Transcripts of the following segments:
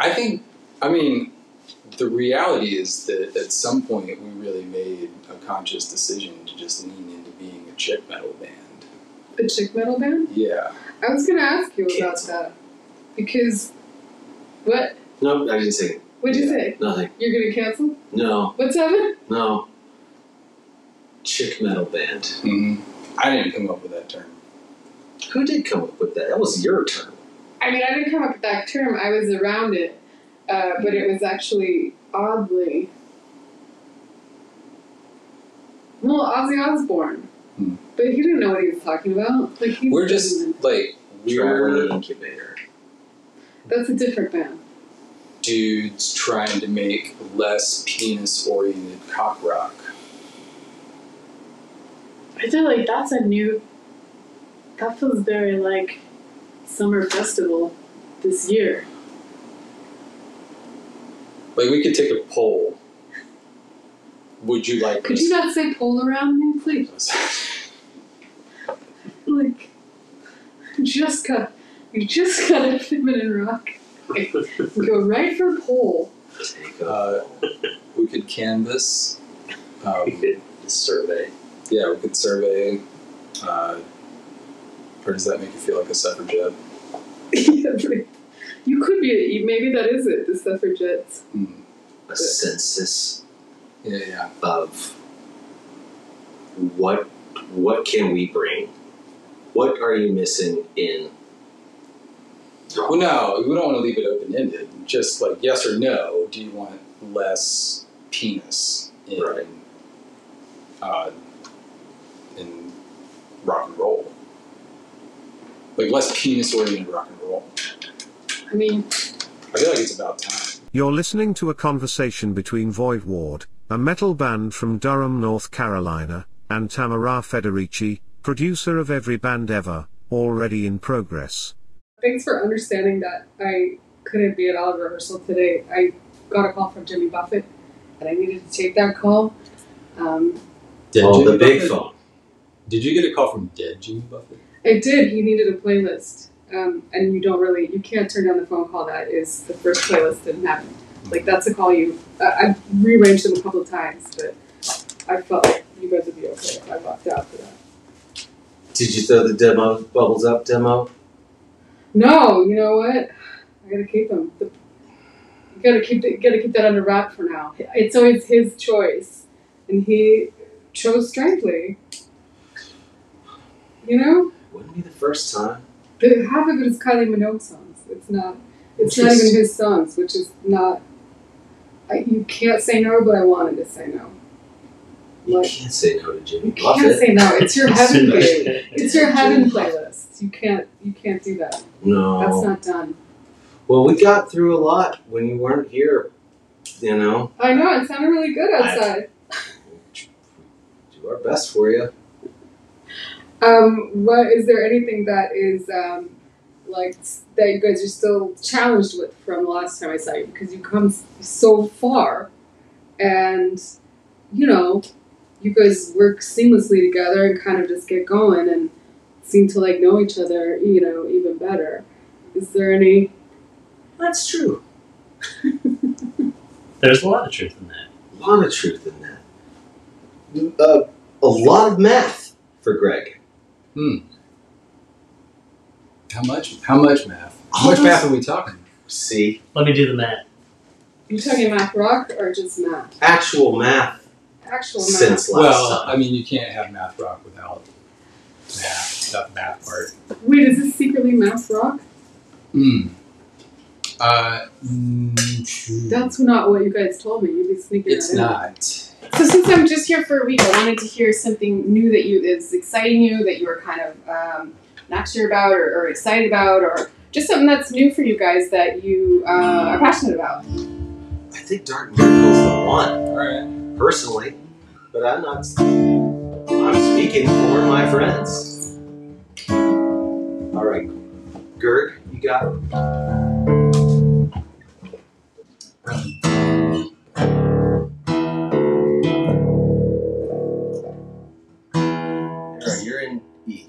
I think, I mean, the reality is that at some point we really made a conscious decision to just lean into being a chick metal band. A chick metal band? Yeah. I was gonna ask you about Kids. that. Because what Nope, I didn't say what'd you say? nothing. You're gonna cancel? No, What's happening? no. Chick metal band. hmm I didn't come up with that term. Who did come up with that? That was your term. I mean I didn't come up with that term, I was around it. Uh, but it was actually oddly Well, Ozzy Osbourne. Hmm. But he didn't know what he was talking about. Like he We're just like we're Traveling incubator. that's a different band. dudes trying to make less penis-oriented cock rock. I feel like that's a new. That feels very like summer festival this year. Like we could take a poll. Would you like? Could you not say pole around me, please? Like, you just got you just got a feminine rock. Go right for pole. Take a uh, we could canvas. Um, survey. yeah, we could survey. Uh, or does that make you feel like a suffragette? you could be. Maybe that is it. The suffragettes. Hmm. A census Yeah, yeah. of what what can we bring? What are you missing in Oh, rock? Well, no, we don't want to leave it open-ended. Just like yes or no. Do you want less penis in Right. uh, in rock and roll? Like less penis-oriented rock and roll. I mean, I feel like it's about time. You're listening to a conversation between Void Ward, a metal band from Durham, North Carolina, and Tamara Federici, producer of Every Band Ever, already in progress. Thanks for understanding that I couldn't be at all rehearsal today. I got a call from Jimmy Buffett, and I needed to take that call. Um, oh, the big phone. Did you get a call from Dead Jimmy Buffett? I did. He needed a playlist, um, and you don't really, you can't turn down the phone call. That is the first playlist didn't happen. Like that's a call you. Uh, I've rearranged them a couple of times, but I felt like you guys would be okay if I walked out for that. Did you throw the demo bubbles up demo? No, you know what? I gotta keep them. The, you gotta keep the, gotta keep that under wrap for now. It's always his choice, and he chose strangely. You know, Wouldn't be the first time. The half of it is Kylie Minogue songs. It's not. It's not even Interesting. his songs, which is not. I, you can't say no, but I wanted to say no. You Like- can't say no to Jimmy You Buffett. can't say no. It's your heaven Jimmy- playlist. It's your heaven playlist. You can't. You can't do that. No. That's not done. Well, we got through a lot when you weren't here. You know, I know. It sounded really good outside. do our best for you. Um, what is there anything that is um, like that you guys are still challenged with from the last time I saw you because you come s- so far, and you know, you guys work seamlessly together and kind of just get going and seem to like know each other, you know, even better. Is there any? That's true. There's a lot of truth in that. A lot of truth in that. Uh, a lot of math for Greg. How much? How much math? How much math are we talking? See, Let me do the math. You talking math rock or just math? actual math Actual math. since last Well, I time. mean, you can't have math rock without math, that math part. Wait, is this secretly math rock? Mm. Uh, mm, That's not what you guys told me. You'd be sneaking. it's that in. not. So since I'm just here for a week, I wanted to hear something new that you is exciting you that you were kind of um, not sure about or, or excited about or just something that's new for you guys that you uh, are passionate about. I think Dark Miracle's the one, All right. personally. But I'm not. I'm speaking for my friends. All right, Gerg, you got Alright, you're in E.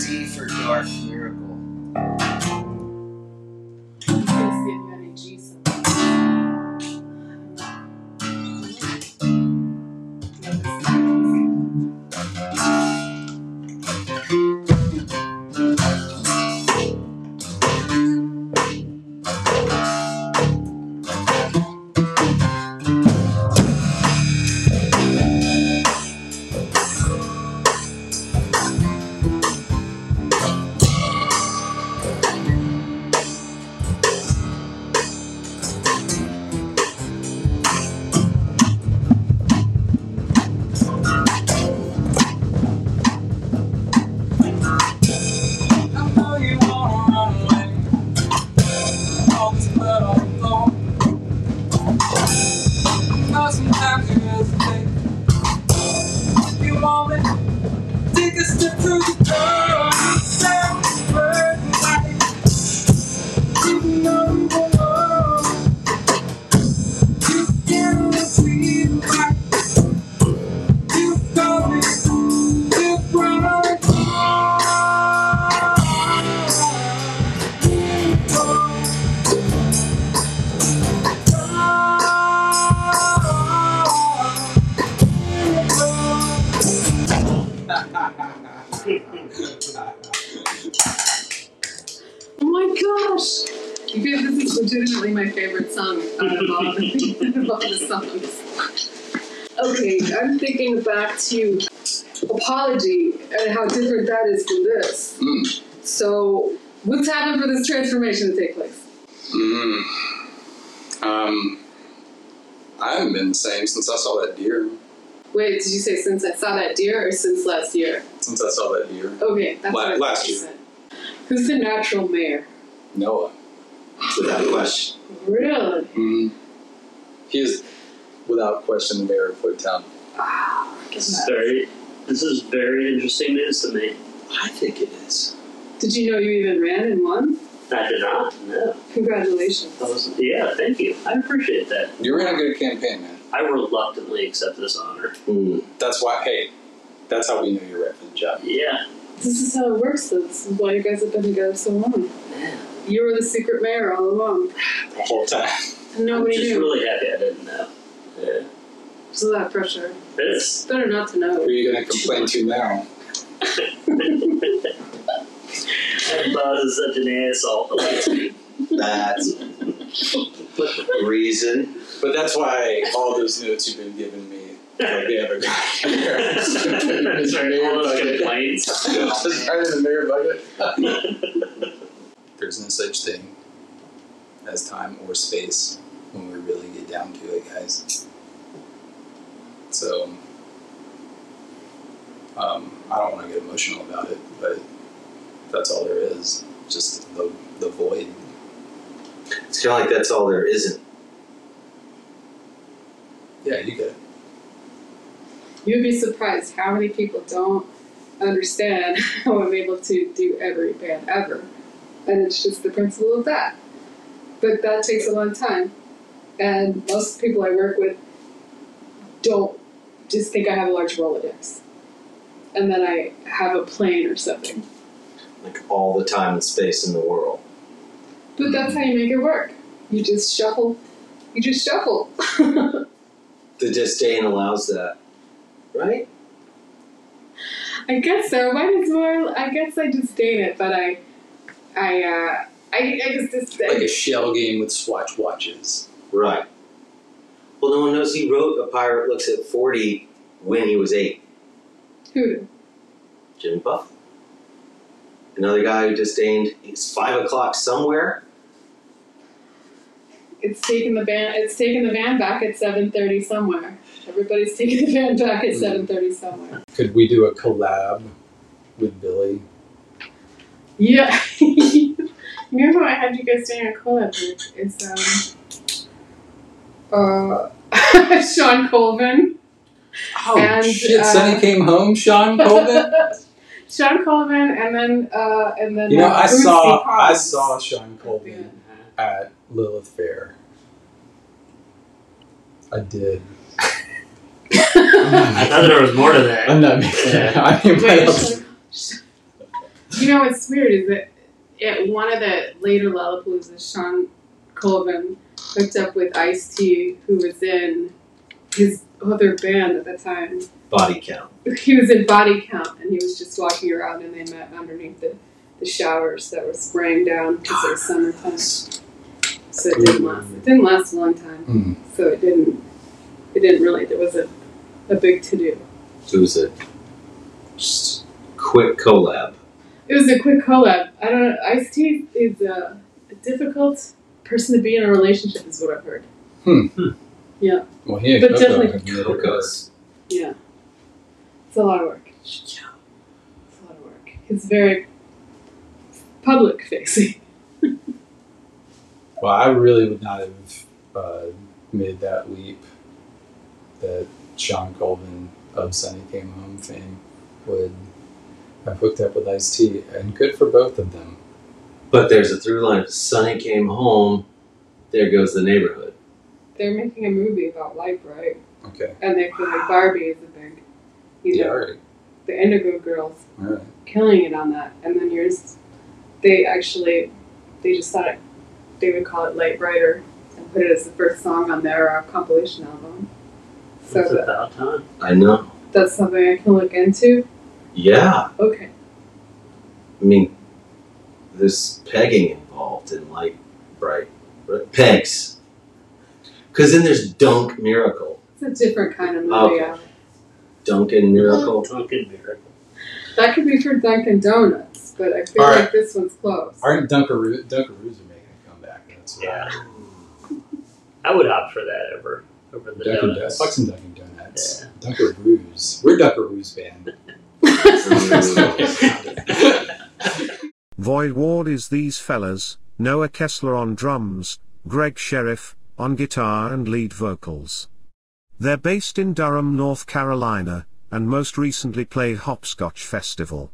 Super Dark Miracle. I'm gonna see if you had any G Oh somewhere. I know you wanna run away. All this blood on the floor. I know sometimes you hesitate. You want me? Take a step to the door. You say it's burning light. You know you won't know. You can't see the light. You call me. You cry. Oh my gosh! You guys, this is legitimately my favorite song out of all, out of all the songs. Okay, I'm thinking back to apology and how different that is from this. Mm. So, what's happened for this transformation to take place? Mm. Um, I haven't been the same since I saw that deer. Wait, did you say since I saw that deer or since last year? Since I saw that deer, Okay, that's La- what I last thought you year. said. Who's the natural mayor? Noah. So that question. Really? Mhm. He is, without question, the mayor of Boytown. Ah, This is very. This is very interesting news to me. I think it is. Did you know you even ran and won? I did not. No. Congratulations. That was, yeah. Thank you. I appreciate that. You ran a good campaign, man. I reluctantly accept this honor. That's why, hey, that's how we know you're right for the job. Yeah. This is how it works, though. This is why you guys have been together so long. Man, You were the secret mayor all along. The whole time. And nobody I'm just knew. really happy I didn't know. Yeah. There's a lot of pressure. It's It's better not to Who know. are you going to complain to now? Buzz is such an asshole. That's reason. But that's why all those notes you've been giving me, like they ever got here. It's Sorry, mayor all those bucket. complaints. Just right in the mayor bucket. There's no such thing as time or space when we really get down to it, guys. So, um, I don't want to get emotional about it, but that's all there is. Just the, the void. It's kind of like that's all there isn't. Yeah, you get it. You'd be surprised how many people don't understand how I'm able to do every band ever. And it's just the principle of that. But that takes a long time. And most people I work with don't just think I have a large Rolodex. And then I have a plane or something. Like all the time and space in the world. But that's how you make it work. You just shuffle. You just shuffle. The disdain allows that, right? I guess so. Mine is more. I guess I disdain it, but I, I, uh, I, I just disdain. Like a shell game with Swatch watches. Right. Well, no one knows he wrote A Pirate Looks at 40 when he was eight. Who? Jim Buff. Another guy who disdained it's five o'clock somewhere. It's taking the van. It's taking the van back at seven thirty somewhere. Everybody's taking the van back at Mhm. seven thirty somewhere. Could we do a collab with Billy? Yeah. Remember I had you guys doing a collab with? It's um. Uh, Sean Colvin. Oh And, shit! uh, Sonny came home. Sean Colvin. Sean Colvin, and then uh, and then You know, uh, I Brucey saw I Collins. saw Sean Colvin at Lilith Fair. I did. I thought there was more to that. I'm not making. Yeah. I mean, what Wait, else? Sean- You know what's weird is that at one of the later Lollapaloozas, Sean Colvin hooked up with Ice T, who was in his other band at the time. Body count. He was in Body Count, and he was just walking around, and they met underneath the, the showers that were spraying down because it was summertime. So it didn't last. It didn't last a long time. Mm. So it didn't. It didn't really. There was a, a big to do. So it was a just quick collab. It was a quick collab. I don't know. Ice T is a, a difficult person to be in a relationship, is what I've heard. Well, he and But Coco definitely- have middle Because Yeah. It's a lot of work. Yeah. It's a lot of work. It's very public facing. Well, I really would not have uh, made that leap that Sean Colvin of Sunny Came Home fame would have hooked up with Ice T, and good for both of them. But there's a through line. If Sonny came home, there goes the neighborhood. They're making a movie about life, right? Okay. And they feel like Barbie is a big, you Yeah, know, all right. the Indigo Girls All right. killing it on that. And then yours, they actually, they just thought they would call it Light Rider and put it as the first song on their uh, compilation album. So It's that, about time. I know. that's something I can look into. Yeah. Okay. I mean, there's pegging involved in light, bright, bright pegs. Because then there's Dunk Miracle. It's a different kind of movie. Okay. I Dunk and Miracle. Drunken miracle. That could be for Dunkin' Donuts, but I feel All right. like this one's close. Aren't Dunkaroo, Dunkaroos are making a comeback? That's uh, what Yeah. I would opt for that over over the Dunkin' Donuts. donuts. Fuck some Dunkin' Donuts. Dunkaroos. We're Dunkaroos band. Void Ward is these fellas Noah Kessler on drums, Greg Sheriff on guitar and lead vocals. They're based in Durham, North Carolina, and most recently played Hopscotch Festival.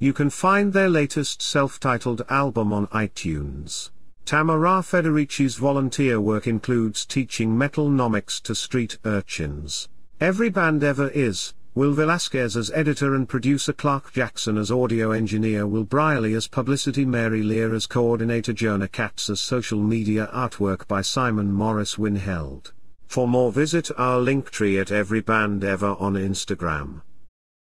You can find their latest self titled album on iTunes. Tamara Federici's volunteer work includes teaching metalnomics to street urchins. Every band ever is, Will Velasquez as editor and producer Clark Jackson as audio engineer Will Briley as publicity Mary Lear as coordinator Jonah Katz as social media artwork by Simon Morris Winheld. For more visit our link tree at every band ever on Instagram.